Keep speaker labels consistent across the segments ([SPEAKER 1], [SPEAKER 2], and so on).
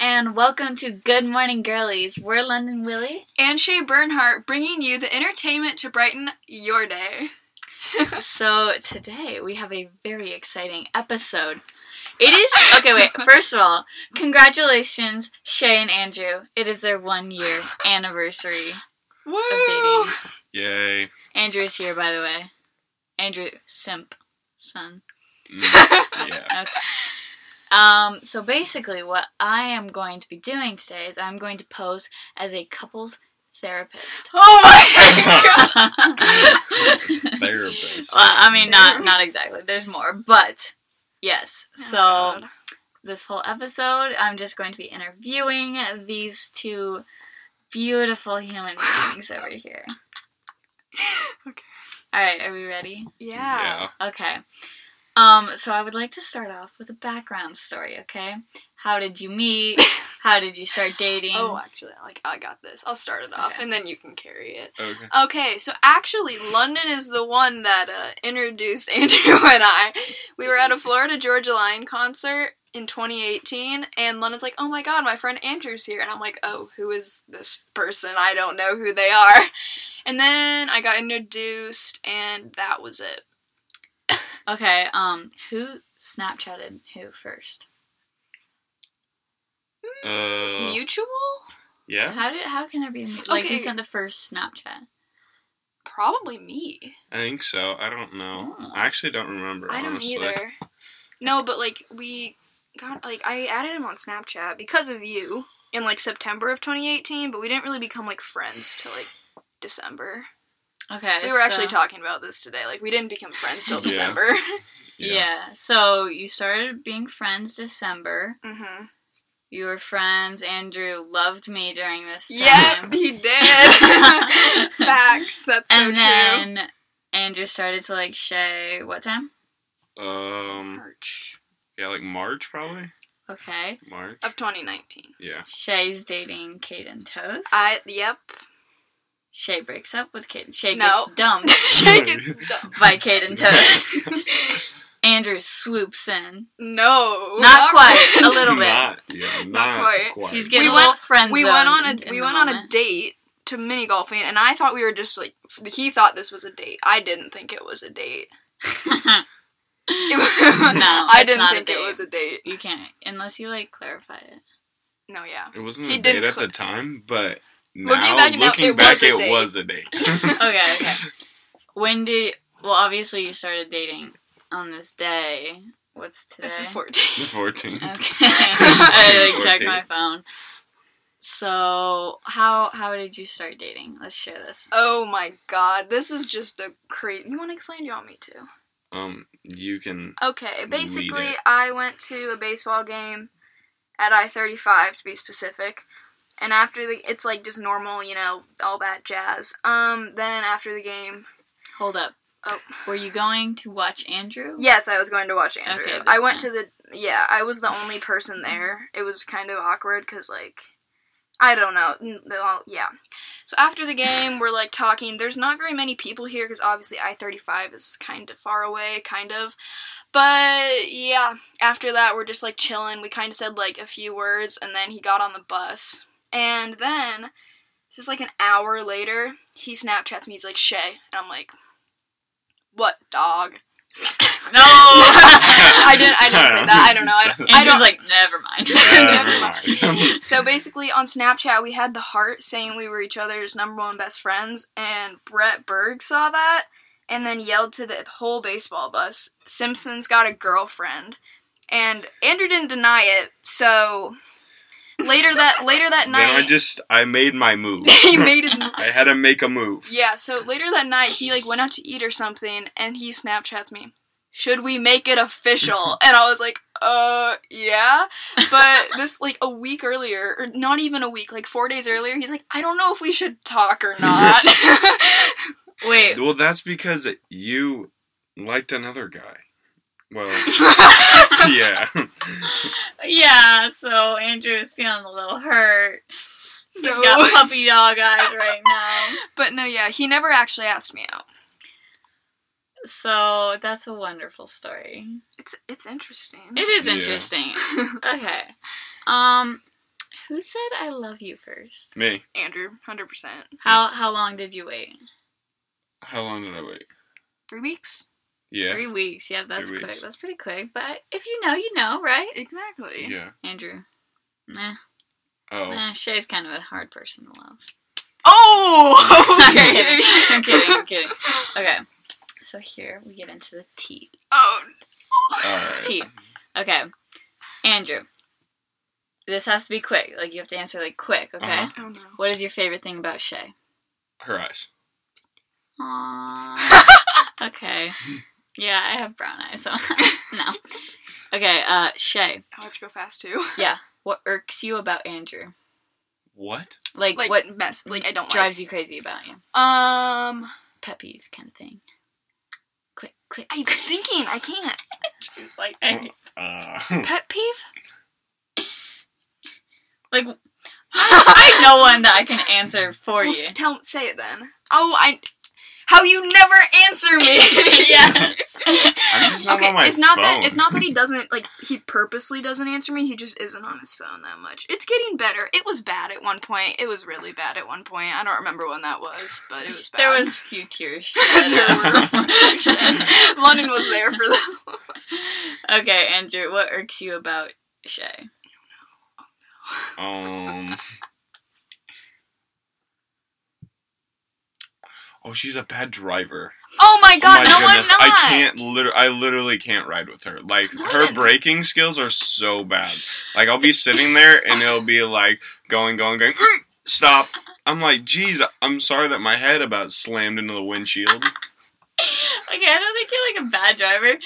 [SPEAKER 1] Welcome to Good Morning Girlies. We're London Willie.
[SPEAKER 2] and Shay Bernhardt bringing you the entertainment to brighten your day.
[SPEAKER 1] so today we have a very exciting episode. It is okay. Wait, first of all, congratulations, Shay and Andrew. It is their one year anniversary.
[SPEAKER 2] Woo!
[SPEAKER 1] dating.
[SPEAKER 3] Yay.
[SPEAKER 1] Andrew's here, by the way. Andrew Simp, son.
[SPEAKER 3] Mm, yeah.
[SPEAKER 1] Um, so basically, what I am going to be doing today is I'm going to pose as a couples therapist.
[SPEAKER 2] Oh my god!
[SPEAKER 1] well,
[SPEAKER 3] Therapist.
[SPEAKER 1] I mean, not not exactly. There's more, but yes. So
[SPEAKER 2] Oh, God.
[SPEAKER 1] this whole episode, I'm just going to be interviewing these two beautiful human beings over here.
[SPEAKER 2] Okay.
[SPEAKER 1] All right, are we ready?
[SPEAKER 2] yeah.
[SPEAKER 1] Okay. Um, so I would like to start off with a background story, okay? How did you meet? How did you start dating?
[SPEAKER 2] Oh, actually, like I got this. I'll start it off,
[SPEAKER 1] Okay.
[SPEAKER 2] and then you can carry it.
[SPEAKER 3] Yeah. Okay.
[SPEAKER 2] Okay, so actually, London is the one that uh, introduced Andrew and I. We were at a Florida Georgia Line concert in 2018, and London's like, "Oh my God, my friend Andrew's here," and I'm like, "Oh, who is this person? I don't know who they are." And then I got introduced, and that was it.
[SPEAKER 1] Okay, um, who Snapchatted who first?
[SPEAKER 3] Uh,
[SPEAKER 2] Mutual,
[SPEAKER 3] yeah.
[SPEAKER 1] How did how can there be a mu- like who
[SPEAKER 2] Okay.
[SPEAKER 1] sent the first Snapchat?
[SPEAKER 2] probably me.
[SPEAKER 3] I think so. I don't know.
[SPEAKER 1] Oh.
[SPEAKER 3] I actually don't remember.
[SPEAKER 2] Hmm. I don't
[SPEAKER 3] honestly.
[SPEAKER 2] either. No, but like we got like I added him on Snapchat because of you in like September of 2018, but we didn't really become like friends till like December.
[SPEAKER 1] Okay.
[SPEAKER 2] We were actually
[SPEAKER 1] so-
[SPEAKER 2] talking about this today. Like we didn't become friends till
[SPEAKER 3] Yeah.
[SPEAKER 2] December.
[SPEAKER 3] Yeah.
[SPEAKER 1] Yeah. So you started being friends December.
[SPEAKER 2] mm-hmm.
[SPEAKER 1] You were friends. Andrew loved me during this time.
[SPEAKER 2] Yep, he did. Facts. That's so
[SPEAKER 1] and then Andrew started to like Shay what time?
[SPEAKER 2] true.
[SPEAKER 3] Um.
[SPEAKER 2] March
[SPEAKER 3] Yeah, like March probably.
[SPEAKER 1] Okay.
[SPEAKER 3] March.
[SPEAKER 2] of 2019.
[SPEAKER 3] Yeah.
[SPEAKER 1] Shay's dating Caden Toast.
[SPEAKER 2] I yep.
[SPEAKER 1] Shay breaks up with Caden. Shay
[SPEAKER 2] No.
[SPEAKER 1] gets dumped
[SPEAKER 2] Shay gets dumb.
[SPEAKER 1] by Caden Toast. Andrew swoops in.
[SPEAKER 2] No,
[SPEAKER 1] Not quite. A little bit.
[SPEAKER 3] Not, yeah, not,
[SPEAKER 2] quite.
[SPEAKER 3] quite.
[SPEAKER 1] He's getting
[SPEAKER 2] We
[SPEAKER 1] a
[SPEAKER 2] went-
[SPEAKER 1] little friend
[SPEAKER 2] we went on a we went on a date to mini golfing, and I thought we were just like f- he thought this was a date. I didn't think it was a date.
[SPEAKER 1] on
[SPEAKER 2] It
[SPEAKER 1] a.
[SPEAKER 2] was-
[SPEAKER 1] No,
[SPEAKER 2] I
[SPEAKER 1] it's
[SPEAKER 2] didn't
[SPEAKER 1] not a
[SPEAKER 2] think it
[SPEAKER 1] date.
[SPEAKER 2] was a date.
[SPEAKER 1] you can't unless you like clarify it.
[SPEAKER 2] No, yeah.
[SPEAKER 3] It wasn't
[SPEAKER 2] He
[SPEAKER 3] a
[SPEAKER 2] didn't
[SPEAKER 3] date at
[SPEAKER 2] cl-
[SPEAKER 3] the time, but now,
[SPEAKER 2] Looking
[SPEAKER 3] looking
[SPEAKER 2] back
[SPEAKER 3] back,
[SPEAKER 2] now, it was a
[SPEAKER 3] it
[SPEAKER 2] date.
[SPEAKER 3] was a date.
[SPEAKER 1] Okay, okay. When did? Well, obviously you started dating on this day. What's today?
[SPEAKER 2] It's the fourteenth.
[SPEAKER 3] the
[SPEAKER 2] Uh,
[SPEAKER 3] 14th.
[SPEAKER 1] Okay. I like checked
[SPEAKER 3] Fourteen.
[SPEAKER 1] my phone. So how how did you start dating? Let's share this.
[SPEAKER 2] Oh my god, this is just a crazy. You want to explain? Do you want me to?
[SPEAKER 3] Um, you can.
[SPEAKER 2] Okay,
[SPEAKER 3] Read
[SPEAKER 2] basically,
[SPEAKER 3] it.
[SPEAKER 2] I went to a baseball game at I 35 to be specific. And after the, it's like just normal, you know, all that jazz. Um, then after the game,
[SPEAKER 1] Hold up.
[SPEAKER 2] Oh.
[SPEAKER 1] Were you going to watch Andrew?
[SPEAKER 2] yes, I was going to watch Andrew.
[SPEAKER 1] Okay, this
[SPEAKER 2] I went
[SPEAKER 1] time.
[SPEAKER 2] to the, yeah, I was the only person there. It was kind of awkward because, like, I don't know. n- they all- yeah. So after the game, we're like talking. There's not very many people here because obviously I 35 is kind of far away, kind of. But yeah, after that, we're just like chilling. We kind of said like a few words, and then he got on the bus. And then, this is like an hour later, he Snapchats me. He's like, Shay. And I'm like, what, dog?
[SPEAKER 1] No.
[SPEAKER 2] I didn't. I didn't say that. I don't know. I, don't- I
[SPEAKER 1] Andrew's
[SPEAKER 2] don't.
[SPEAKER 1] like, never mind.
[SPEAKER 2] Never mind.
[SPEAKER 3] Never mind.
[SPEAKER 2] So basically, on Snapchat, we had the heart saying we were each other's number one best friends, and Brett Berg saw that and then yelled to the whole baseball bus, "Simpson's got a girlfriend," and Andrew didn't deny it. So later that later that
[SPEAKER 3] then I
[SPEAKER 2] night,
[SPEAKER 3] just I made my move.
[SPEAKER 2] he made his
[SPEAKER 3] I had to make a move.
[SPEAKER 2] Yeah, so later that night he like went out to eat or something and he Snapchats me. Should we make it official? And I was like, uh, yeah. But this, like, a week earlier, or not even a week, like four days earlier, he's like, I don't know if we should talk or not.
[SPEAKER 1] Wait.
[SPEAKER 3] Well, that's because you liked another guy. Well, yeah.
[SPEAKER 1] Yeah. So Andrew is feeling a little hurt. He's
[SPEAKER 2] So-
[SPEAKER 1] got puppy dog eyes right now.
[SPEAKER 2] but no, yeah, he never actually asked me out.
[SPEAKER 1] So that's a wonderful story.
[SPEAKER 2] It's it's interesting.
[SPEAKER 1] It is
[SPEAKER 3] Yeah.
[SPEAKER 1] interesting. okay. Um, Who said I love you first?
[SPEAKER 3] Me.
[SPEAKER 2] Andrew, hundred percent.
[SPEAKER 1] How how long did you wait?
[SPEAKER 3] How long did I wait?
[SPEAKER 2] Three weeks.
[SPEAKER 3] Yeah.
[SPEAKER 1] Three weeks. Yeah, that's
[SPEAKER 3] Three
[SPEAKER 1] quick.
[SPEAKER 3] weeks.
[SPEAKER 1] That's pretty quick. But if you know, you know, right?
[SPEAKER 2] Exactly.
[SPEAKER 3] Yeah.
[SPEAKER 1] Andrew. Nah,
[SPEAKER 3] Oh.
[SPEAKER 1] nah. Shay's kind of a hard person to love.
[SPEAKER 2] Oh.
[SPEAKER 1] I'm
[SPEAKER 2] Okay.
[SPEAKER 1] kidding. I'm kidding. I'm kidding. Okay. So here we get into the tea.
[SPEAKER 2] oh.
[SPEAKER 3] Alright.
[SPEAKER 1] Tea. Okay. Andrew. This has to be quick. Like you have to answer like quick, okay?
[SPEAKER 3] Uh-huh.
[SPEAKER 2] Oh no.
[SPEAKER 1] What is your favorite thing about Shay?
[SPEAKER 3] Her eyes.
[SPEAKER 1] Aww. okay. Yeah, I have brown eyes, so no. Okay, uh Shay,
[SPEAKER 2] I have to go fast too.
[SPEAKER 1] what irks you about Andrew?
[SPEAKER 3] What?
[SPEAKER 1] Like,
[SPEAKER 2] Like
[SPEAKER 1] what
[SPEAKER 2] what mess? Like I don't
[SPEAKER 1] drives you crazy about him?
[SPEAKER 2] like. Um,
[SPEAKER 1] Pet peeves kind of thing. Quick, quick.
[SPEAKER 2] I'm thinking I can't.
[SPEAKER 1] She's like,
[SPEAKER 3] I- Uh,
[SPEAKER 2] Pet peeve?
[SPEAKER 1] like I know one that I can answer for
[SPEAKER 2] Well,
[SPEAKER 1] you.
[SPEAKER 2] s- tell say it then. Oh, I. How you never answer me?
[SPEAKER 1] yes.
[SPEAKER 3] I'm just not
[SPEAKER 2] okay,
[SPEAKER 3] on my
[SPEAKER 2] it's not
[SPEAKER 3] phone.
[SPEAKER 2] that it's not that he doesn't like he purposely doesn't answer me. He just isn't on his phone that much. It's getting better. It was bad at one point. It was really bad at one point. I don't remember when that was, but it was bad.
[SPEAKER 1] There was a few tears.
[SPEAKER 2] There were a few tears shed. London was there for that.
[SPEAKER 1] okay, Andrew, what irks you about Shay?
[SPEAKER 3] Um. Oh, she's a bad driver.
[SPEAKER 2] Oh my god,
[SPEAKER 3] My
[SPEAKER 2] no
[SPEAKER 3] goodness,
[SPEAKER 2] I'm not.
[SPEAKER 3] I can't. Liter- I literally can't ride with her. Like her
[SPEAKER 2] What?
[SPEAKER 3] braking skills are so bad. Like I'll be sitting there and it'll be like going, going, going. Stop. I'm like, geez, I'm sorry that my head about slammed into the windshield.
[SPEAKER 1] Okay, I don't think you're like a bad driver.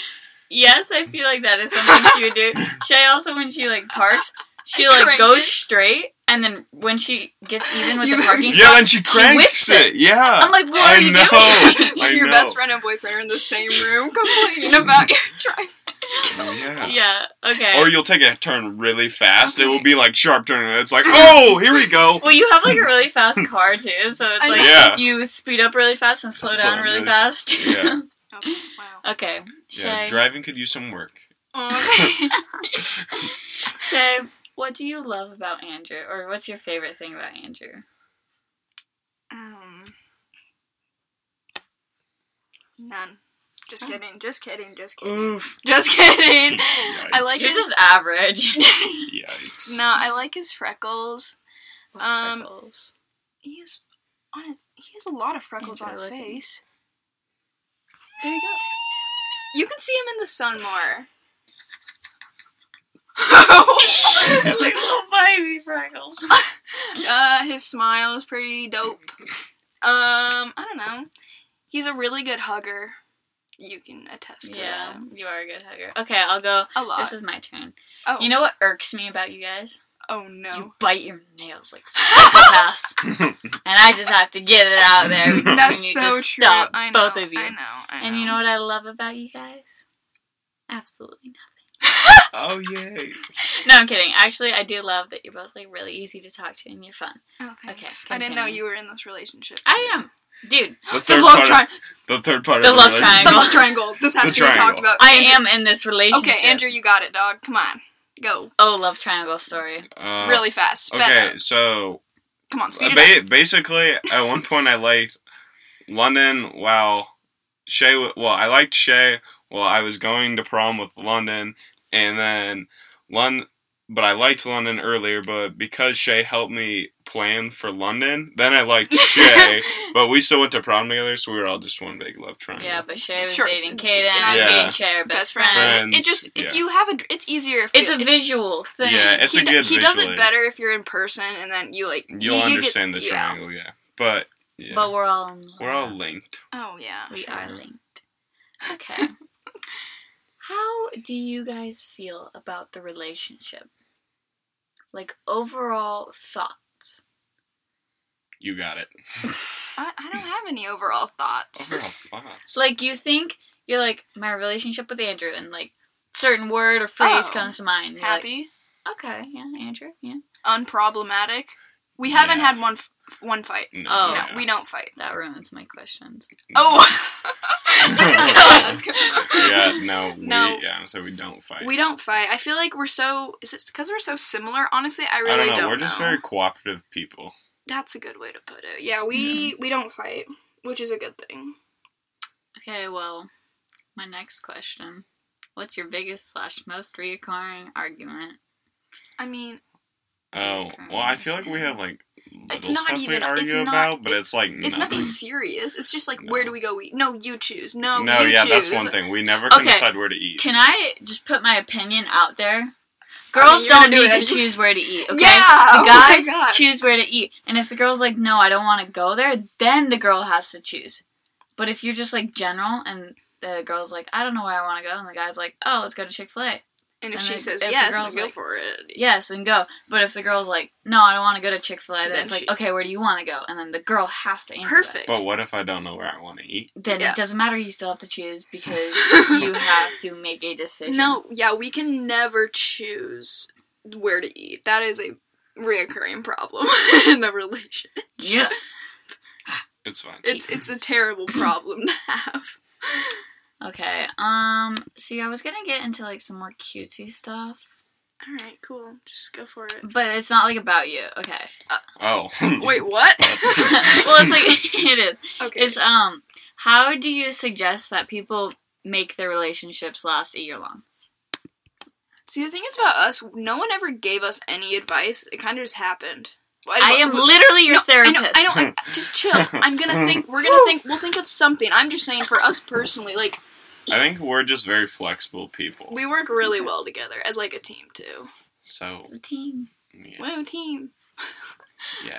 [SPEAKER 1] Yes, I feel like that is something she would do. Shay also, when she like parks, she like
[SPEAKER 2] Crank
[SPEAKER 1] goes
[SPEAKER 2] it.
[SPEAKER 1] straight, and then when she gets even with
[SPEAKER 2] You-
[SPEAKER 1] the parking
[SPEAKER 3] yeah,
[SPEAKER 1] spot,
[SPEAKER 3] and she
[SPEAKER 1] whips
[SPEAKER 3] cranks it.
[SPEAKER 1] it.
[SPEAKER 3] Yeah.
[SPEAKER 1] I'm like, what
[SPEAKER 3] I
[SPEAKER 1] are you
[SPEAKER 3] know.
[SPEAKER 1] doing?
[SPEAKER 3] I
[SPEAKER 2] your
[SPEAKER 3] know.
[SPEAKER 2] best friend and boyfriend are in the same room complaining about your drive.
[SPEAKER 3] Oh, Yeah.
[SPEAKER 1] yeah. Okay.
[SPEAKER 3] Or you'll take a turn really fast. It will
[SPEAKER 2] Okay.
[SPEAKER 3] be like sharp turn. And it's like, oh, here we go.
[SPEAKER 1] well, you have like a really fast car too, so it's
[SPEAKER 2] I
[SPEAKER 1] like
[SPEAKER 2] know.
[SPEAKER 3] Yeah.
[SPEAKER 1] you speed up really fast and slow
[SPEAKER 3] Slow
[SPEAKER 1] down
[SPEAKER 3] down
[SPEAKER 1] really
[SPEAKER 3] really-
[SPEAKER 1] fast.
[SPEAKER 3] Yeah.
[SPEAKER 2] Okay, wow.
[SPEAKER 1] okay. Shay.
[SPEAKER 3] Yeah, driving could use some work.
[SPEAKER 2] Okay.
[SPEAKER 1] Shay, what do you love about Andrew, or what's your favorite thing about Andrew?
[SPEAKER 2] Um, none. Just kidding. Just kidding. Just kidding.
[SPEAKER 1] Oof.
[SPEAKER 2] Just kidding. I like
[SPEAKER 1] You're
[SPEAKER 2] his.
[SPEAKER 1] just average.
[SPEAKER 3] Yikes.
[SPEAKER 2] no, I like his freckles. Um,
[SPEAKER 1] Freckles.
[SPEAKER 2] He has on his. He has a lot of freckles on
[SPEAKER 1] Andrew,
[SPEAKER 2] his
[SPEAKER 1] I like him.
[SPEAKER 2] face.
[SPEAKER 1] there you go.
[SPEAKER 2] You can see him in the sun more.
[SPEAKER 1] like
[SPEAKER 2] "Oh,
[SPEAKER 1] little baby freckles.
[SPEAKER 2] uh, his smile is pretty dope. Um, I don't know. He's a really good hugger. You can attest to
[SPEAKER 1] Yeah,
[SPEAKER 2] that.
[SPEAKER 1] you are a good hugger. Okay, I'll go.
[SPEAKER 2] A lot.
[SPEAKER 1] This is my turn.
[SPEAKER 2] oh,
[SPEAKER 1] You know what irks me about you guys?
[SPEAKER 2] oh no.
[SPEAKER 1] You bite your nails like psychopaths, and I just have to get it out there. because we
[SPEAKER 2] That's
[SPEAKER 1] need
[SPEAKER 2] so
[SPEAKER 1] to
[SPEAKER 2] true.
[SPEAKER 1] Stop
[SPEAKER 2] I know,
[SPEAKER 1] both of you.
[SPEAKER 2] I know. I know.
[SPEAKER 1] And you know what I love about you guys? Absolutely
[SPEAKER 3] Oh yay!
[SPEAKER 1] not. No, I'm kidding. Actually, I do love that you're both like really easy to talk to and you're fun.
[SPEAKER 2] Oh, thanks.
[SPEAKER 1] Okay,
[SPEAKER 2] I didn't know
[SPEAKER 1] continue.
[SPEAKER 2] you were in this relationship.
[SPEAKER 1] I am, dude.
[SPEAKER 3] The
[SPEAKER 2] The
[SPEAKER 3] third
[SPEAKER 2] love
[SPEAKER 3] part.
[SPEAKER 2] tri-
[SPEAKER 3] of, the third part.
[SPEAKER 1] The
[SPEAKER 3] of
[SPEAKER 1] love
[SPEAKER 3] relation-
[SPEAKER 2] the
[SPEAKER 1] triangle.
[SPEAKER 2] love triangle. This has
[SPEAKER 3] The
[SPEAKER 2] to be talked
[SPEAKER 3] triangle.
[SPEAKER 2] about.
[SPEAKER 1] I
[SPEAKER 2] Uh, Andrew-
[SPEAKER 1] am in this relationship.
[SPEAKER 2] Okay, Andrew, you got it, dog. Come on, go
[SPEAKER 1] Oh, love triangle story.
[SPEAKER 3] Uh,
[SPEAKER 2] really fast. Sped
[SPEAKER 3] Okay, Uh,
[SPEAKER 2] up.
[SPEAKER 3] so
[SPEAKER 2] Come on, speed it up.
[SPEAKER 3] ba- basically, at one point, I liked London. While Shay, w- well, I liked Shay. Well, I was going to prom with London, and then London. But I liked London earlier, but because Shay helped me plan for London, then I liked Shay. but we still went to prom together, so we were all just one big love triangle.
[SPEAKER 1] Yeah, but Shay was
[SPEAKER 2] Sure.
[SPEAKER 1] dating Kaden.
[SPEAKER 2] And
[SPEAKER 1] I was
[SPEAKER 3] Yeah.
[SPEAKER 1] dating Shay, our best,
[SPEAKER 2] Best
[SPEAKER 1] friend.
[SPEAKER 2] friend. It
[SPEAKER 3] Friends,
[SPEAKER 2] just if
[SPEAKER 3] yeah.
[SPEAKER 2] you have a, dr- it's easier if
[SPEAKER 1] It's
[SPEAKER 2] you,
[SPEAKER 1] a visual thing.
[SPEAKER 3] Yeah, it's
[SPEAKER 2] he,
[SPEAKER 3] a
[SPEAKER 2] d-
[SPEAKER 3] good.
[SPEAKER 2] He does it
[SPEAKER 3] visually.
[SPEAKER 2] better if you're in person, and then you like
[SPEAKER 3] You'll
[SPEAKER 2] you- you get-
[SPEAKER 3] understand the
[SPEAKER 2] yeah.
[SPEAKER 3] triangle, yeah. But yeah,
[SPEAKER 1] But we're all in love.
[SPEAKER 3] we're all linked.
[SPEAKER 2] Oh yeah.
[SPEAKER 1] we
[SPEAKER 3] sure.
[SPEAKER 1] are linked. Okay. How do you guys feel about the relationship? Like overall thoughts.
[SPEAKER 3] You got it.
[SPEAKER 2] I, I don't have any overall thoughts.
[SPEAKER 3] Overall thoughts.
[SPEAKER 1] Like you think you're like my relationship with Andrew, and like certain word or phrase
[SPEAKER 2] Oh.
[SPEAKER 1] comes to mind. and you're like,
[SPEAKER 2] Happy,
[SPEAKER 1] okay, yeah, Andrew, yeah,
[SPEAKER 2] unproblematic. We haven't
[SPEAKER 3] Yeah.
[SPEAKER 2] had one f- one fight.
[SPEAKER 3] No,
[SPEAKER 1] Oh.
[SPEAKER 2] No,
[SPEAKER 3] yeah.
[SPEAKER 2] we don't fight.
[SPEAKER 1] that ruins my questions.
[SPEAKER 2] Oh.
[SPEAKER 3] Yeah.
[SPEAKER 2] That's good.
[SPEAKER 3] Yeah, no, we,
[SPEAKER 2] No.
[SPEAKER 3] yeah, so we don't fight.
[SPEAKER 2] We don't fight. I feel like we're so. Is it because we're so similar? Honestly, I really
[SPEAKER 3] I don't know.
[SPEAKER 2] don't know.
[SPEAKER 3] We're just very cooperative people.
[SPEAKER 2] That's a good way to put it. Yeah, we we don't fight, which is a good thing.
[SPEAKER 1] Okay, well, my next question. What's your biggest slash most reoccurring argument?
[SPEAKER 2] I mean,
[SPEAKER 3] Oh, well, I feel like we have like little
[SPEAKER 2] Mm-hmm. It's not
[SPEAKER 3] stuff
[SPEAKER 2] even-
[SPEAKER 3] we argue
[SPEAKER 2] it's not-
[SPEAKER 3] about, but it's like
[SPEAKER 2] it's nothing serious. It's just like where
[SPEAKER 3] No.
[SPEAKER 2] do we go eat? No, you choose. No,
[SPEAKER 3] no,
[SPEAKER 2] you
[SPEAKER 3] yeah,
[SPEAKER 2] choose.
[SPEAKER 3] that's one thing. We never can
[SPEAKER 1] Okay.
[SPEAKER 3] decide where to eat.
[SPEAKER 1] Can I just put my opinion out there? Girls
[SPEAKER 2] you're
[SPEAKER 1] don't
[SPEAKER 2] gonna do
[SPEAKER 1] need
[SPEAKER 2] it.
[SPEAKER 1] to choose where to eat, okay?
[SPEAKER 2] Yeah.
[SPEAKER 1] The
[SPEAKER 2] oh my
[SPEAKER 1] guys
[SPEAKER 2] God.
[SPEAKER 1] choose where to eat. And if the girl's like, no, I don't want to go there, then the girl has to choose. But if you're just like general and the girl's like, I don't know where I want to go, and the guy's like, oh, let's go to Chick fil A.
[SPEAKER 2] And if
[SPEAKER 1] and
[SPEAKER 2] she
[SPEAKER 1] the-
[SPEAKER 2] says
[SPEAKER 1] if the
[SPEAKER 2] yes,
[SPEAKER 1] girl's
[SPEAKER 2] then go
[SPEAKER 1] like-
[SPEAKER 2] for it.
[SPEAKER 1] Yes, and go. But if the girl's like, no, I don't want to go to Chick fil A, then,
[SPEAKER 2] Then
[SPEAKER 1] it's like,
[SPEAKER 2] she-
[SPEAKER 1] okay, where do you want to go? And then the girl has to answer. that.
[SPEAKER 2] Perfect.
[SPEAKER 3] But what if I don't know where I want to eat?
[SPEAKER 1] Then
[SPEAKER 2] Yeah.
[SPEAKER 1] it doesn't matter, you still have to choose because you have to make a decision.
[SPEAKER 2] No, yeah, we can never choose where to eat. That is a reoccurring problem in the relation.
[SPEAKER 1] Yes.
[SPEAKER 3] It's fine.
[SPEAKER 2] It's it's a terrible problem to have.
[SPEAKER 1] Okay. Um. See, I was gonna get into like some more cutesy stuff,
[SPEAKER 2] All right, cool. Just go for it.
[SPEAKER 1] but it's not like about you. Okay.
[SPEAKER 3] oh,
[SPEAKER 2] Wait, what?
[SPEAKER 1] well, it's like it is.
[SPEAKER 2] okay.
[SPEAKER 1] It's um. How do you suggest that people make their relationships last a year long?
[SPEAKER 2] See, the thing is about us, no one ever gave us any advice. It kind of just happened. Well,
[SPEAKER 1] I am literally your
[SPEAKER 2] I
[SPEAKER 1] therapist.
[SPEAKER 2] know, I know. I'm, just chill. I'm gonna think. We're gonna think. We'll think of something. I'm just saying, for us personally, like
[SPEAKER 3] I think we're just very flexible people.
[SPEAKER 2] we work really well together as like a team too.
[SPEAKER 3] So
[SPEAKER 1] It's a team.
[SPEAKER 3] yeah,
[SPEAKER 2] Whoa, team.
[SPEAKER 3] yeah,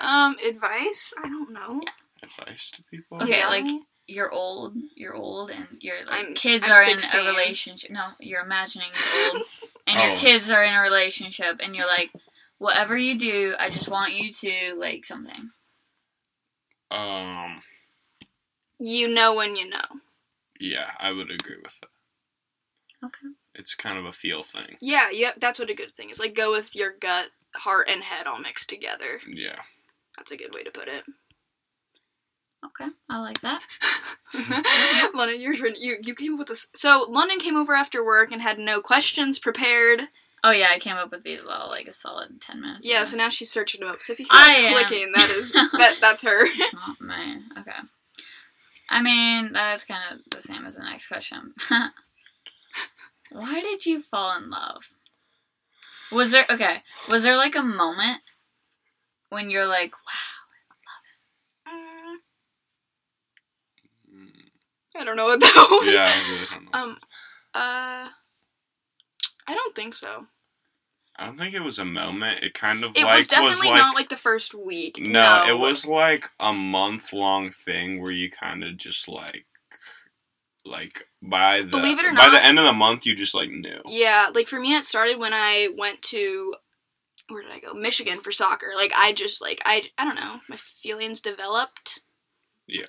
[SPEAKER 2] Um, advice? I don't know.
[SPEAKER 3] advice to people.
[SPEAKER 1] Okay,
[SPEAKER 2] Yeah.
[SPEAKER 1] like, You're old. You're old, and your like
[SPEAKER 2] I'm-
[SPEAKER 1] kids
[SPEAKER 2] I'm
[SPEAKER 1] are
[SPEAKER 2] 16.
[SPEAKER 1] in a relationship. No, you're imagining you're old, and your
[SPEAKER 3] Oh.
[SPEAKER 1] kids are in a relationship, and you're like, whatever you do, I just want you to like something.
[SPEAKER 3] Um,
[SPEAKER 2] you know when you know.
[SPEAKER 3] yeah, I would agree with that.
[SPEAKER 1] Okay.
[SPEAKER 3] It's kind of a feel thing.
[SPEAKER 2] Yeah, yeah. That's what a good thing is. Like go with your gut, heart, and head all mixed together.
[SPEAKER 3] Yeah.
[SPEAKER 2] That's a good way to put it.
[SPEAKER 1] Okay, I like that.
[SPEAKER 2] London, your turn. You you came up with this. So London came over after work and had no questions prepared.
[SPEAKER 1] Oh yeah, I came up with these all like a solid ten minutes.
[SPEAKER 2] Yeah, so
[SPEAKER 1] ago.
[SPEAKER 2] now she's searching them up. So if you keep
[SPEAKER 1] I am.
[SPEAKER 2] clicking, that is that that's her.
[SPEAKER 1] it's not mine. Okay. I mean, that's kind of the same as the next question. Why did you fall in love? Was there okay? Was there like a moment when you're like, wow,
[SPEAKER 3] Mm,
[SPEAKER 2] I don't know what that was.
[SPEAKER 3] Yeah, I really don't know.
[SPEAKER 2] Um. Uh. I don't think so.
[SPEAKER 3] I don't think it was a moment. It kind of
[SPEAKER 2] It
[SPEAKER 3] like
[SPEAKER 2] was definitely
[SPEAKER 3] like,
[SPEAKER 2] not like the first week.
[SPEAKER 3] no, it was like a month long thing where you kind of just like like by the
[SPEAKER 2] Believe it or
[SPEAKER 3] by
[SPEAKER 2] not-
[SPEAKER 3] the end of the month you just like knew.
[SPEAKER 2] Yeah, like for me, it started when I went to where did I go? Michigan for soccer. Like I just like I I don't know. My feelings developed.
[SPEAKER 3] Yeah.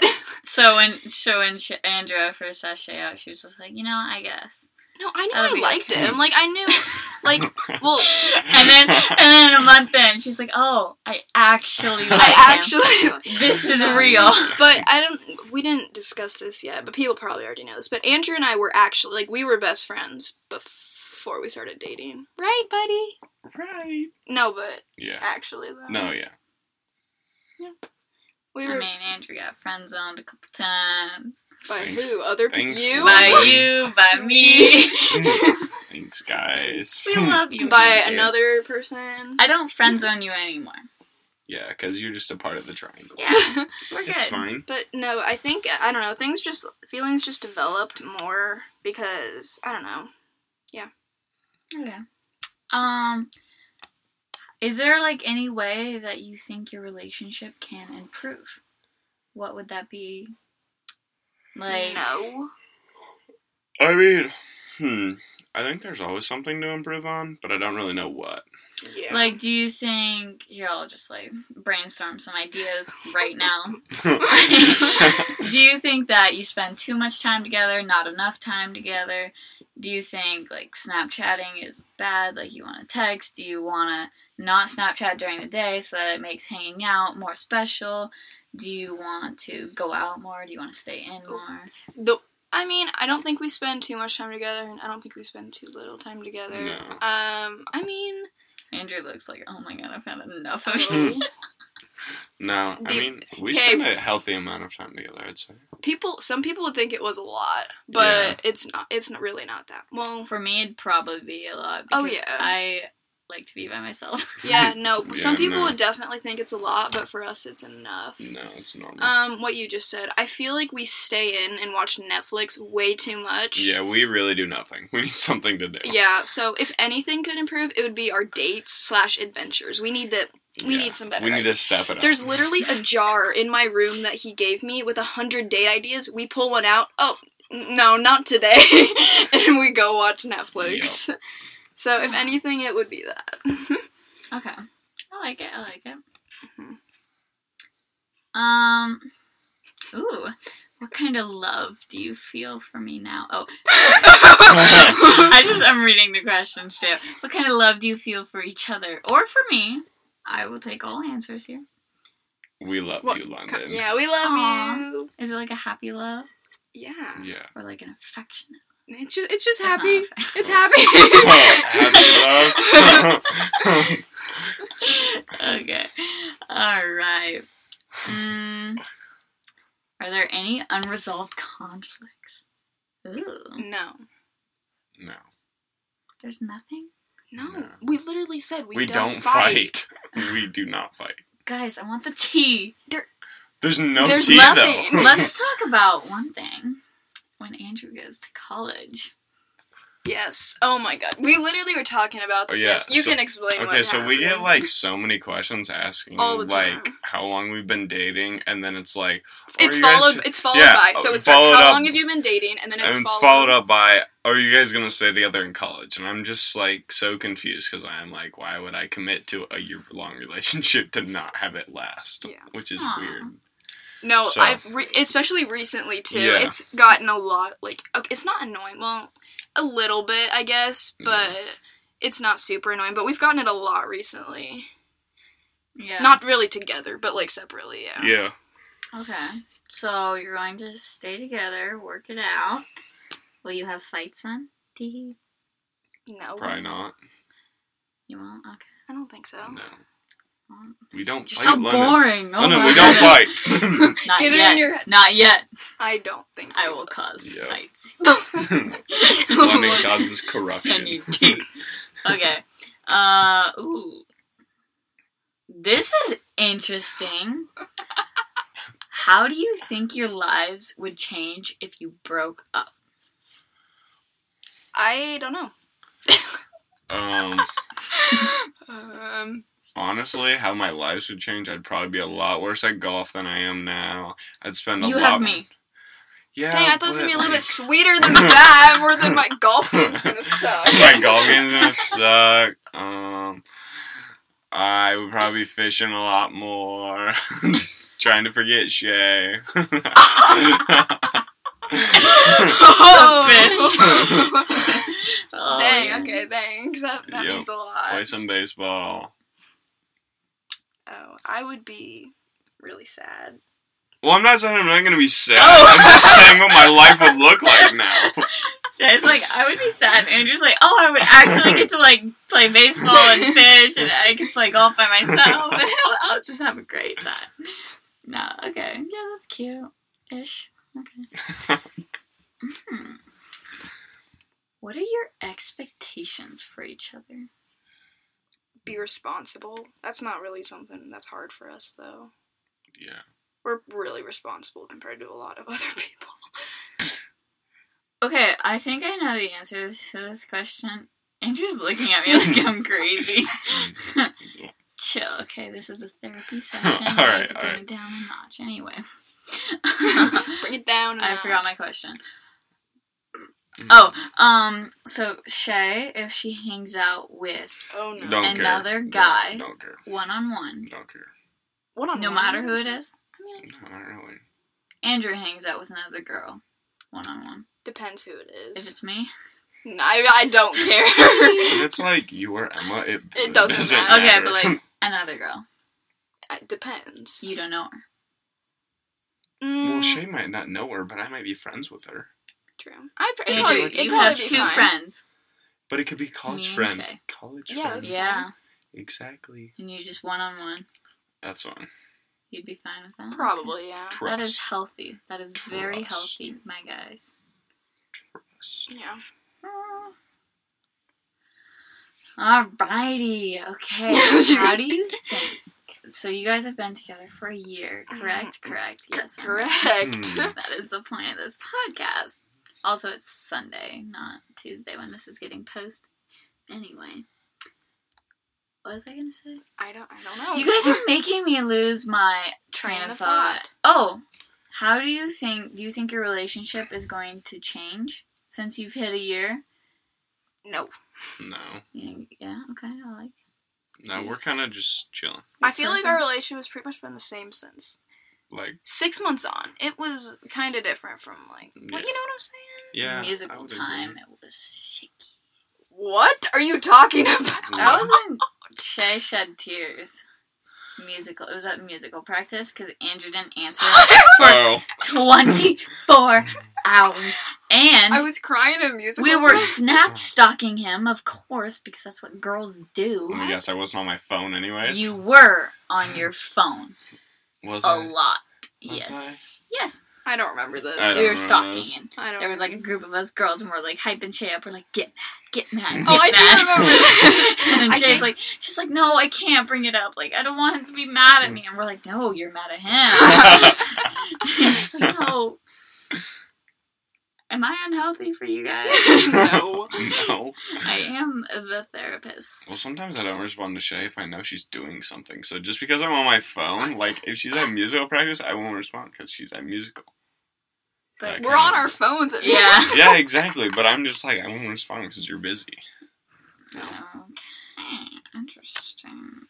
[SPEAKER 1] so when so when Sh- Andrea first saw Shay out, she was just like, you know, I guess.
[SPEAKER 2] No, I knew
[SPEAKER 1] That'll
[SPEAKER 2] I
[SPEAKER 1] be
[SPEAKER 2] liked
[SPEAKER 1] okay.
[SPEAKER 2] him. Like I knew, like well,
[SPEAKER 1] And then and then a month in, she's like, oh, I actually like
[SPEAKER 2] I
[SPEAKER 1] him.
[SPEAKER 2] actually.
[SPEAKER 1] This is
[SPEAKER 2] No.
[SPEAKER 1] real.
[SPEAKER 2] But I don't. We didn't discuss this yet. But people probably already know this. But Andrew and I were actually like we were best friends before we started dating, right, buddy?
[SPEAKER 3] right.
[SPEAKER 2] No, but
[SPEAKER 3] Yeah.
[SPEAKER 2] actually though.
[SPEAKER 3] No, yeah.
[SPEAKER 2] We
[SPEAKER 1] I
[SPEAKER 2] were
[SPEAKER 1] mean, Andrew got friend zoned a couple times.
[SPEAKER 2] by
[SPEAKER 3] Thanks.
[SPEAKER 2] who? Other people?
[SPEAKER 3] Thanks.
[SPEAKER 2] You?
[SPEAKER 1] By you, by me.
[SPEAKER 3] Thanks guys.
[SPEAKER 1] we love you.
[SPEAKER 2] by
[SPEAKER 3] Thank you.
[SPEAKER 2] another person?
[SPEAKER 1] I don't friend zone you anymore.
[SPEAKER 3] yeah, cuz you're just a part of the triangle.
[SPEAKER 1] Yeah. We're good.
[SPEAKER 3] It's fine.
[SPEAKER 2] But no, I think I don't know. Things just feelings just developed more because I don't know.
[SPEAKER 1] Okay. Um is there like any way that you think your relationship can improve? What would that be? Like
[SPEAKER 2] no.
[SPEAKER 3] I mean, hmm. I think there's always something to improve on, but I don't really know what.
[SPEAKER 2] Yeah.
[SPEAKER 1] Like do you think here I'll just like brainstorm some ideas right now. do you think that you spend too much time together, not enough time together? Do you think like Snapchatting is bad? Like you want to text? Do you want to not Snapchat during the day so that it makes hanging out more special? Do you want to go out more? Do you want to stay in more?
[SPEAKER 2] the I mean, I don't think we spend too much time together, and I don't think we spend too little time together.
[SPEAKER 3] No.
[SPEAKER 2] Um, I mean,
[SPEAKER 1] Andrew looks like, oh my god, I've had enough of you.
[SPEAKER 2] oh,
[SPEAKER 3] No, I
[SPEAKER 2] Do-
[SPEAKER 3] mean we
[SPEAKER 2] okay.
[SPEAKER 3] spend a healthy amount of time together. I'd say.
[SPEAKER 2] people. Some people would think it was a lot, but it's not. It's not really not that. Well,
[SPEAKER 1] For me, it'd probably be a lot
[SPEAKER 2] Oh,
[SPEAKER 1] because
[SPEAKER 2] yeah.
[SPEAKER 1] I like to be by myself.
[SPEAKER 2] yeah, no.
[SPEAKER 3] Yeah,
[SPEAKER 2] some people
[SPEAKER 3] no.
[SPEAKER 2] would definitely think it's a lot, but for us, it's enough.
[SPEAKER 3] No, it's normal.
[SPEAKER 2] Um, what you just said, I feel like we stay in and watch Netflix way too much.
[SPEAKER 3] yeah, we really do nothing. We need something to do.
[SPEAKER 2] Yeah, so if anything could improve, it would be our dates slash adventures. We need to we
[SPEAKER 3] Yeah.
[SPEAKER 2] need some better.
[SPEAKER 3] We need to
[SPEAKER 2] ideas.
[SPEAKER 3] step it up.
[SPEAKER 2] There's literally a jar in my room that he gave me with a hundred date ideas. We pull one out. Oh n- no, not today, and we go watch Netflix. So if anything, it would be that.
[SPEAKER 1] Okay. I like it. I like it.
[SPEAKER 2] Mhm. Mm-hmm.
[SPEAKER 1] Um. Ooh. What kind of love do you feel for me now? Oh, I just I'm reading the questions too. What kind of love do you feel for each other or for me? I will take all answers here.
[SPEAKER 3] we love
[SPEAKER 2] What-
[SPEAKER 3] you, London.
[SPEAKER 2] yeah, we love
[SPEAKER 1] Aw.
[SPEAKER 2] you.
[SPEAKER 1] Is it like a happy love
[SPEAKER 2] Yeah,
[SPEAKER 3] Yeah.
[SPEAKER 1] or like an affectionate?
[SPEAKER 2] it's just it's just
[SPEAKER 1] That's not
[SPEAKER 2] happy.
[SPEAKER 1] affec-
[SPEAKER 2] It's
[SPEAKER 3] Oh,
[SPEAKER 2] happy.
[SPEAKER 3] happy love.
[SPEAKER 1] okay. All right. Mm, are there any unresolved conflicts? Ooh,
[SPEAKER 2] no,
[SPEAKER 3] no,
[SPEAKER 1] there's nothing.
[SPEAKER 2] no,
[SPEAKER 3] No.
[SPEAKER 2] we literally said we,
[SPEAKER 3] we, don't, fight. we do not fight.
[SPEAKER 1] Guys, I want the tea.
[SPEAKER 3] There's no
[SPEAKER 2] There's
[SPEAKER 3] tea
[SPEAKER 2] nothing.
[SPEAKER 3] though.
[SPEAKER 1] Let's talk about one thing. When Andrew goes to college,
[SPEAKER 2] Yes. Oh my god. We literally were talking about
[SPEAKER 3] Oh,
[SPEAKER 2] this.
[SPEAKER 3] yeah,
[SPEAKER 2] yes. You
[SPEAKER 3] so-
[SPEAKER 2] can explain what
[SPEAKER 3] Okay, so we get
[SPEAKER 2] happened.
[SPEAKER 3] like so many questions asking
[SPEAKER 2] All the time.
[SPEAKER 3] like how long we've been dating, and then it's like are
[SPEAKER 2] it's
[SPEAKER 3] you guys-
[SPEAKER 2] followed it's followed
[SPEAKER 3] yeah,
[SPEAKER 2] by. So
[SPEAKER 3] uh,
[SPEAKER 2] it starts
[SPEAKER 3] followed
[SPEAKER 2] how
[SPEAKER 3] up-
[SPEAKER 2] long have you been dating and then it's,
[SPEAKER 3] and it's
[SPEAKER 2] followed,
[SPEAKER 3] followed up by are you guys gonna stay together in college? And I'm just like so confused because I am like, why would I commit to a year long relationship to not have it last?
[SPEAKER 2] Yeah.
[SPEAKER 3] Which is
[SPEAKER 1] Aw.
[SPEAKER 3] weird.
[SPEAKER 2] No,
[SPEAKER 3] so-
[SPEAKER 2] I've re- especially recently too.
[SPEAKER 3] Yeah.
[SPEAKER 2] It's gotten a lot like okay, it's not annoying. Well, a little bit, I guess,
[SPEAKER 3] Mm.
[SPEAKER 2] but it's not super annoying, but we've gotten it a lot recently.
[SPEAKER 1] yeah,
[SPEAKER 2] Not really together, but like separately, yeah.
[SPEAKER 3] Yeah.
[SPEAKER 1] okay. So you're going to stay together, work it out. Will you have fights then? Tee-hee.
[SPEAKER 2] No.
[SPEAKER 3] Probably not.
[SPEAKER 1] You won't. Okay.
[SPEAKER 2] I don't think so.
[SPEAKER 3] No.
[SPEAKER 1] Well,
[SPEAKER 3] We don't
[SPEAKER 1] You're
[SPEAKER 3] fight.
[SPEAKER 1] so
[SPEAKER 3] London.
[SPEAKER 1] boring. Oh
[SPEAKER 3] London,
[SPEAKER 1] my
[SPEAKER 3] we don't
[SPEAKER 1] goodness.
[SPEAKER 3] fight.
[SPEAKER 1] Not
[SPEAKER 2] Get it
[SPEAKER 1] yet.
[SPEAKER 2] in your head.
[SPEAKER 1] Not yet.
[SPEAKER 2] I don't think
[SPEAKER 1] I
[SPEAKER 2] we
[SPEAKER 1] will cause
[SPEAKER 3] Yeah.
[SPEAKER 1] fights.
[SPEAKER 3] London causes
[SPEAKER 1] and
[SPEAKER 3] corruption.
[SPEAKER 1] you do. Okay. Uh. Ooh. This is interesting. How do you think your lives would change if you broke up?
[SPEAKER 2] I don't know.
[SPEAKER 3] Um
[SPEAKER 2] Um
[SPEAKER 3] honestly, how my lives would change, I'd probably be a lot worse at golf than I am now. I'd spend a
[SPEAKER 1] You
[SPEAKER 3] lot
[SPEAKER 1] have me.
[SPEAKER 3] Yeah.
[SPEAKER 2] Dang, I thought it was gonna be a
[SPEAKER 3] but-
[SPEAKER 2] little bit sweeter than that, more than my golf game's gonna suck.
[SPEAKER 3] my golf game's gonna suck. Um, I would probably be fishing a lot more, trying to forget Shay.
[SPEAKER 2] Oh.
[SPEAKER 1] Oh, yeah.
[SPEAKER 2] Dang, okay, thanks. That, that
[SPEAKER 3] Yep.
[SPEAKER 2] means a
[SPEAKER 3] Play
[SPEAKER 2] lot.
[SPEAKER 3] some baseball.
[SPEAKER 2] Oh, I would be really sad.
[SPEAKER 3] Well, I'm not saying I'm not gonna be sad.
[SPEAKER 1] Oh.
[SPEAKER 3] I'm just saying what my life would look like now.
[SPEAKER 1] Jay's like, I would be sad. And Andrew's like, oh, I would actually get to like play baseball and fish, and I could play golf by myself. And I'll, I'll just have a great time. No, okay, yeah, that's cute, ish. Okay. Hmm. What are your expectations for each other?
[SPEAKER 2] Be responsible. That's not really something that's hard for us, though.
[SPEAKER 3] Yeah.
[SPEAKER 2] We're really responsible compared to a lot of other people.
[SPEAKER 1] Okay, I think I know the answers to this question. Andrew's looking at me like I'm crazy. Chill. Okay, this is a therapy session.
[SPEAKER 3] All
[SPEAKER 1] We
[SPEAKER 3] right,
[SPEAKER 1] need to
[SPEAKER 3] all
[SPEAKER 1] bring
[SPEAKER 3] right.
[SPEAKER 1] it down a notch. Anyway.
[SPEAKER 2] Bring it down.
[SPEAKER 1] I
[SPEAKER 2] now.
[SPEAKER 1] forgot my question.
[SPEAKER 3] Mm.
[SPEAKER 1] Oh, um, so Shay, if she hangs out with
[SPEAKER 2] Oh no.
[SPEAKER 3] Don't care.
[SPEAKER 1] Another
[SPEAKER 3] Don't-
[SPEAKER 1] guy.
[SPEAKER 3] Mm-hmm. Don't care.
[SPEAKER 1] one on one,
[SPEAKER 3] Don't care.
[SPEAKER 2] What on
[SPEAKER 1] no
[SPEAKER 2] one?
[SPEAKER 1] matter who it is,
[SPEAKER 2] I mean,
[SPEAKER 3] Not really.
[SPEAKER 1] Andrew hangs out with another girl, one on one.
[SPEAKER 2] depends who it
[SPEAKER 1] If
[SPEAKER 2] is.
[SPEAKER 1] it's me,
[SPEAKER 2] No, I, I don't care.
[SPEAKER 3] And it's like you or Emma. It,
[SPEAKER 2] It doesn't matter.
[SPEAKER 1] okay, but like another girl,
[SPEAKER 2] It depends.
[SPEAKER 1] you don't know her.
[SPEAKER 2] Mm,
[SPEAKER 1] mm.
[SPEAKER 3] Well, Shay might not know her, but I might be friends with her.
[SPEAKER 2] True. I pr- it'd
[SPEAKER 1] Andrew,
[SPEAKER 2] probably, it'd
[SPEAKER 1] you
[SPEAKER 2] probably
[SPEAKER 1] have
[SPEAKER 2] be
[SPEAKER 1] two
[SPEAKER 2] fine.
[SPEAKER 1] friends.
[SPEAKER 3] But it could be college
[SPEAKER 1] Me and
[SPEAKER 3] friend.
[SPEAKER 1] Shay.
[SPEAKER 3] College
[SPEAKER 2] Yeah,
[SPEAKER 3] friend.
[SPEAKER 2] That's
[SPEAKER 1] Mm, yeah,
[SPEAKER 3] Exactly.
[SPEAKER 1] and you just one on one.
[SPEAKER 3] That's one.
[SPEAKER 1] You'd be fine with that.
[SPEAKER 2] Probably, yeah.
[SPEAKER 3] Trust.
[SPEAKER 1] That is healthy. That is very
[SPEAKER 3] Trust.
[SPEAKER 1] healthy, my guys.
[SPEAKER 3] Trust.
[SPEAKER 2] Yeah.
[SPEAKER 1] Alrighty. Okay. How do you think? So you guys have been together for a year, correct? Correct. Yes. I know.
[SPEAKER 2] Mm-hmm. Correct.
[SPEAKER 3] Hmm.
[SPEAKER 1] That is the point of this podcast. Also, it's Sunday, not Tuesday when this is getting posted. Anyway, what was I gonna say?
[SPEAKER 2] I don't. I don't know.
[SPEAKER 1] You guys are making me lose my train, of thought. Oh, how do you think? Do you think your relationship is going to change since you've hit a year?
[SPEAKER 2] No.
[SPEAKER 3] No.
[SPEAKER 1] You- Yeah. Okay. I like.
[SPEAKER 3] No, we're kind of just chilling.
[SPEAKER 2] I feel like our relationship has pretty much been the same since
[SPEAKER 3] Like,
[SPEAKER 2] six months on. It was kind of different from like.
[SPEAKER 3] Yeah.
[SPEAKER 2] Well, you know what I'm saying?
[SPEAKER 3] yeah. I
[SPEAKER 1] musical
[SPEAKER 3] would
[SPEAKER 1] time.
[SPEAKER 3] agree.
[SPEAKER 1] It was shaky.
[SPEAKER 2] What are you talking about?
[SPEAKER 3] Mm.
[SPEAKER 1] That was when Shay shed tears. Musical. It was at musical practice because Andrew didn't answer
[SPEAKER 3] Oh.
[SPEAKER 1] twenty four hours, and
[SPEAKER 2] I was crying in a musical.
[SPEAKER 1] we were snap stalking him, of course, because that's what girls do.
[SPEAKER 3] Let me guess, I wasn't on my phone anyways.
[SPEAKER 1] You were on your phone
[SPEAKER 3] was
[SPEAKER 1] a
[SPEAKER 3] I? Was
[SPEAKER 1] lot. Yes.
[SPEAKER 3] I?
[SPEAKER 1] Yes.
[SPEAKER 2] I don't remember this.
[SPEAKER 3] I
[SPEAKER 1] We
[SPEAKER 3] don't
[SPEAKER 1] were
[SPEAKER 3] remember
[SPEAKER 1] stalking
[SPEAKER 3] this.
[SPEAKER 1] and
[SPEAKER 2] I don't.
[SPEAKER 1] there was like a group of us girls and we're like hyping Shay up. We're like, get mad, get mad, get
[SPEAKER 2] Oh, I do remember this.
[SPEAKER 1] mad. and
[SPEAKER 2] I
[SPEAKER 1] then Shay's
[SPEAKER 2] think-
[SPEAKER 1] like she's like, No, I can't bring it up. Like, I don't want him to be mad at me. And we're like, No, you're mad at him. she's like, No. Am I unhealthy for you guys?
[SPEAKER 2] no.
[SPEAKER 3] no.
[SPEAKER 1] I am the therapist.
[SPEAKER 3] Well, sometimes I don't respond to Shay if I know she's doing something. So just because I'm on my phone, like if she's at musical practice, I won't respond because she's at musical.
[SPEAKER 1] But-
[SPEAKER 2] We're on our phones. At
[SPEAKER 1] Yeah.
[SPEAKER 3] yeah, exactly. But I'm just like I won't respond because you're busy.
[SPEAKER 1] Okay, interesting.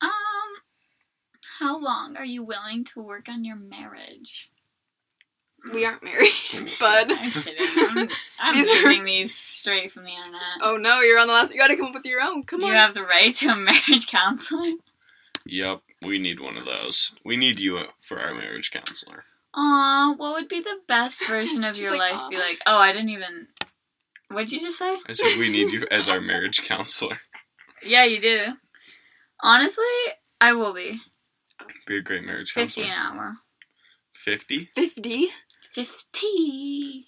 [SPEAKER 1] Um, how long are you willing to work on your marriage?
[SPEAKER 2] We aren't married, bud.
[SPEAKER 1] I'm kidding. I'm, I'm
[SPEAKER 2] These are-
[SPEAKER 1] using these straight from the internet.
[SPEAKER 2] Oh no, you're on the last. You gotta come up with your own. Come
[SPEAKER 1] you
[SPEAKER 2] on.
[SPEAKER 1] have the right to a marriage counselor.
[SPEAKER 3] Yep, we need one of those. We need you uh, for our marriage counselor.
[SPEAKER 1] Aw, what would be the best version of
[SPEAKER 2] She's
[SPEAKER 1] your
[SPEAKER 2] like,
[SPEAKER 1] life? Be
[SPEAKER 2] "Aw."
[SPEAKER 1] like, oh, I didn't even. What'd you just say?
[SPEAKER 3] I said we need you as our marriage counselor.
[SPEAKER 1] Yeah, you do. Honestly, I will be
[SPEAKER 3] Be a great marriage
[SPEAKER 1] fifty
[SPEAKER 3] counselor.
[SPEAKER 1] an hour.
[SPEAKER 3] Fifty.
[SPEAKER 2] Fifty.
[SPEAKER 1] Fifty,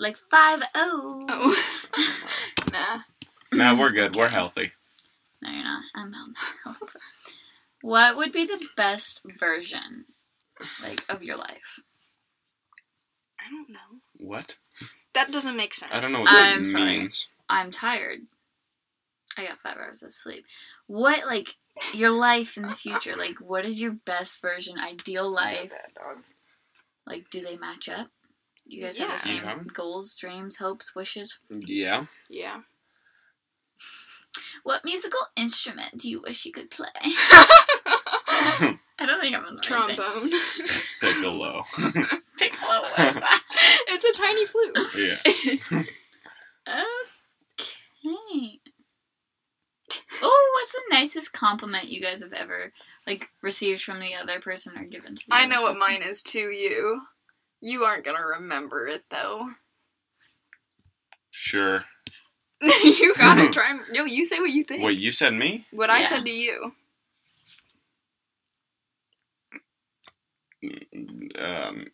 [SPEAKER 1] like five oh.
[SPEAKER 2] Oh. nah.
[SPEAKER 1] Mm,
[SPEAKER 3] Nah, we're good. We're healthy.
[SPEAKER 1] No, you're not. I'm not. what would be the best version, like, of your life?
[SPEAKER 2] I don't know.
[SPEAKER 3] What?
[SPEAKER 2] That doesn't make sense.
[SPEAKER 3] I don't know what that
[SPEAKER 1] I'm sorry.
[SPEAKER 3] means.
[SPEAKER 1] I'm tired. I got five hours of sleep. What, like, your life in the future? Like, what is your best version, ideal life? Like, do they match up? You guys have
[SPEAKER 2] Yeah.
[SPEAKER 1] the same
[SPEAKER 3] Yeah.
[SPEAKER 1] goals, dreams, hopes, wishes.
[SPEAKER 3] Yeah.
[SPEAKER 2] Yeah.
[SPEAKER 1] What musical instrument do you wish you could play? I don't think I'm on the Right thing.
[SPEAKER 2] Trombone.
[SPEAKER 3] Piccolo.
[SPEAKER 1] Piccolo. What is that?
[SPEAKER 2] it's a tiny flute.
[SPEAKER 3] yeah.
[SPEAKER 1] Okay. Oh, what's the nicest compliment you guys have ever like received from the other person or given to? The
[SPEAKER 2] I
[SPEAKER 1] other
[SPEAKER 2] know what
[SPEAKER 1] person?
[SPEAKER 2] mine is to you. You aren't gonna remember it though.
[SPEAKER 3] Sure.
[SPEAKER 2] you gotta try. And, no, you say what you think.
[SPEAKER 3] Wait, you said me?
[SPEAKER 2] what I
[SPEAKER 1] Yeah.
[SPEAKER 2] said to you.
[SPEAKER 3] Um,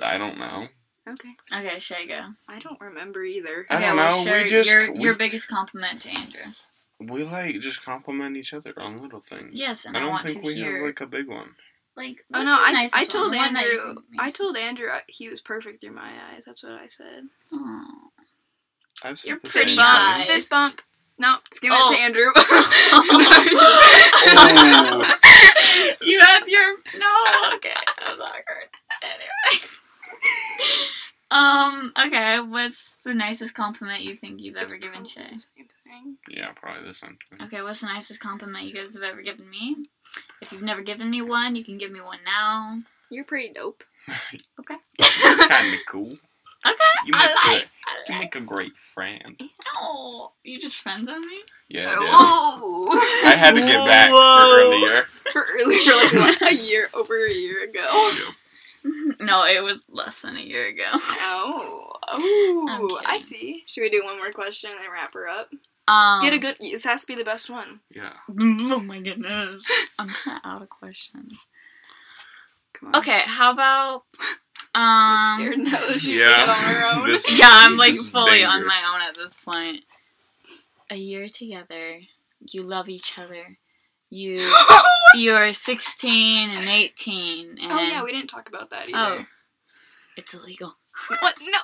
[SPEAKER 3] I don't know.
[SPEAKER 2] Okay.
[SPEAKER 1] Okay, Shay, go.
[SPEAKER 2] I don't remember either.
[SPEAKER 3] I
[SPEAKER 1] okay,
[SPEAKER 3] don't
[SPEAKER 1] well,
[SPEAKER 3] know,
[SPEAKER 1] Shay,
[SPEAKER 3] we just-
[SPEAKER 1] your
[SPEAKER 3] we-
[SPEAKER 1] your biggest compliment to Andrew.
[SPEAKER 3] We like just compliment each other on little things.
[SPEAKER 1] Yes, and
[SPEAKER 3] I
[SPEAKER 1] I
[SPEAKER 3] don't
[SPEAKER 1] want
[SPEAKER 3] think
[SPEAKER 1] to
[SPEAKER 3] we
[SPEAKER 1] hear-
[SPEAKER 3] have like a big one.
[SPEAKER 1] Like,
[SPEAKER 2] Oh
[SPEAKER 1] what's
[SPEAKER 2] no!
[SPEAKER 1] the
[SPEAKER 2] I,
[SPEAKER 1] nicest
[SPEAKER 2] I
[SPEAKER 1] one?
[SPEAKER 2] told
[SPEAKER 1] The one that you
[SPEAKER 2] Andrew.
[SPEAKER 1] think
[SPEAKER 2] I
[SPEAKER 1] makes-
[SPEAKER 2] told Andrew I, he was perfect through my eyes. That's what I said.
[SPEAKER 1] Aw.
[SPEAKER 3] I've said
[SPEAKER 1] You're
[SPEAKER 3] the
[SPEAKER 1] pretty
[SPEAKER 3] same
[SPEAKER 1] high.
[SPEAKER 3] thing.
[SPEAKER 2] Fist bump. No, just give
[SPEAKER 1] Oh.
[SPEAKER 2] it to Andrew.
[SPEAKER 3] Oh.
[SPEAKER 1] you have your no. Okay, that was awkward. Anyway. Um. Okay. What's the nicest compliment you think you've ever given Shay?
[SPEAKER 2] Same thing.
[SPEAKER 3] Yeah, probably the same thing.
[SPEAKER 1] Okay, what's the nicest compliment you guys have ever given me? If you've never given me one, you can give me one now.
[SPEAKER 2] You're pretty dope.
[SPEAKER 3] kind of cool.
[SPEAKER 1] Okay,
[SPEAKER 3] You make,
[SPEAKER 1] I like.
[SPEAKER 3] a,
[SPEAKER 1] I
[SPEAKER 3] you
[SPEAKER 1] like.
[SPEAKER 3] make a great friend.
[SPEAKER 1] Oh, you just friends on me?
[SPEAKER 3] Yeah, I
[SPEAKER 2] Oh.
[SPEAKER 3] did. I had to get back
[SPEAKER 1] Whoa.
[SPEAKER 3] for earlier.
[SPEAKER 1] Oh,
[SPEAKER 2] for earlier, like what, a year over a year ago.
[SPEAKER 3] Yep.
[SPEAKER 1] no, it was less than a year ago.
[SPEAKER 2] Oh, oh,
[SPEAKER 1] I'm
[SPEAKER 2] I
[SPEAKER 1] kidding.
[SPEAKER 2] see. Should we do one more question and wrap her up?
[SPEAKER 1] Um,
[SPEAKER 2] Get a good. This has to be the best one.
[SPEAKER 3] Yeah.
[SPEAKER 1] Oh my goodness. I'm kind of out of questions.
[SPEAKER 2] Come on.
[SPEAKER 1] Okay, how about
[SPEAKER 2] I'm
[SPEAKER 1] um?
[SPEAKER 2] scared now that she's
[SPEAKER 3] Yeah.
[SPEAKER 2] thinking on her own.
[SPEAKER 3] This-
[SPEAKER 1] Yeah, I'm like
[SPEAKER 3] This is
[SPEAKER 1] fully on
[SPEAKER 3] dangerous.
[SPEAKER 1] my own at this point. A year together, you love each other. You you're 16 and 18, and
[SPEAKER 2] oh yeah, we didn't talk about that
[SPEAKER 1] oh,
[SPEAKER 2] either.
[SPEAKER 1] it's illegal.
[SPEAKER 2] What? No.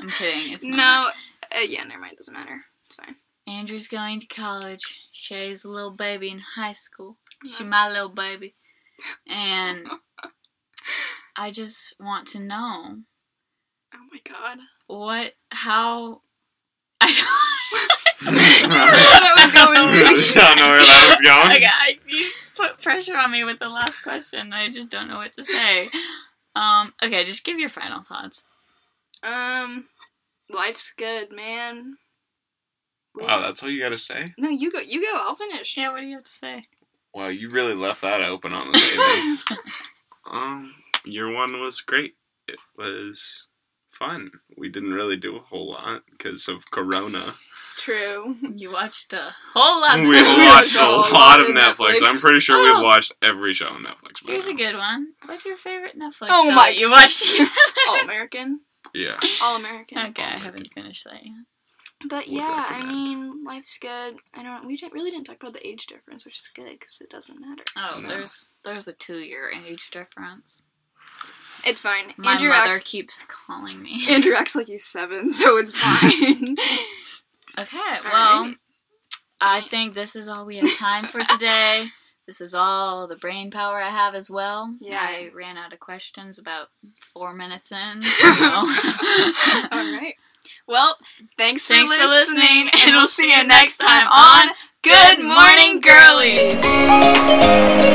[SPEAKER 1] I'm kidding. It's not.
[SPEAKER 2] no. Uh, yeah, never mind. Doesn't matter. It's fine.
[SPEAKER 1] Andrew's going to college. Shay's a little baby in high school. She my little baby. And I just want to know
[SPEAKER 2] Oh my god.
[SPEAKER 1] what how I don't
[SPEAKER 2] I was
[SPEAKER 3] I
[SPEAKER 2] going
[SPEAKER 3] don't know where that was going.
[SPEAKER 1] Okay, I, you put pressure on me with the last question. I just don't know what to say. Um, okay, just give your final thoughts.
[SPEAKER 2] to. Um, life's good, man.
[SPEAKER 3] Wow, that's all you gotta say?
[SPEAKER 2] No, you go. You go. I'll finish.
[SPEAKER 1] Yeah, what do you have to say?
[SPEAKER 3] Wow, you really left that open on the table. um, year one was great. It was fun. We didn't really do a whole lot because of Corona.
[SPEAKER 2] True.
[SPEAKER 1] you watched a whole lot.
[SPEAKER 3] We
[SPEAKER 1] of
[SPEAKER 3] watched a lot of
[SPEAKER 2] on
[SPEAKER 3] Netflix.
[SPEAKER 2] Netflix.
[SPEAKER 3] I'm pretty sure
[SPEAKER 1] Oh.
[SPEAKER 3] we've watched every show on Netflix. by
[SPEAKER 1] Here's a
[SPEAKER 3] now.
[SPEAKER 1] good one. What's your favorite Netflix?
[SPEAKER 2] Oh
[SPEAKER 1] show
[SPEAKER 2] my-
[SPEAKER 1] that You watched.
[SPEAKER 2] All American.
[SPEAKER 3] Yeah.
[SPEAKER 2] All American.
[SPEAKER 1] okay, I
[SPEAKER 3] Oh my
[SPEAKER 1] haven't finished that yet.
[SPEAKER 2] But
[SPEAKER 3] would
[SPEAKER 2] yeah, I
[SPEAKER 3] recommend.
[SPEAKER 2] mean, life's good. I don't. We didn't, really didn't talk about the age difference, which is good because it doesn't matter.
[SPEAKER 1] Oh,
[SPEAKER 3] No.
[SPEAKER 1] there's there's a two year age difference.
[SPEAKER 2] It's fine.
[SPEAKER 1] My
[SPEAKER 2] Andrew
[SPEAKER 1] mother
[SPEAKER 2] acts.
[SPEAKER 1] keeps calling me.
[SPEAKER 2] Andrew acts like he's seven, so it's fine.
[SPEAKER 1] Okay, well,
[SPEAKER 2] right.
[SPEAKER 1] I think this is all we have time for today. this is all the brain power I have as well.
[SPEAKER 2] Yeah.
[SPEAKER 1] I ran out of questions about four minutes in. So. Oh,
[SPEAKER 2] All right. Well, thanks for,
[SPEAKER 1] Thanks for
[SPEAKER 2] listening,
[SPEAKER 1] listening,
[SPEAKER 2] and we'll see you next time on Good Morning Girlies.
[SPEAKER 1] Girlies.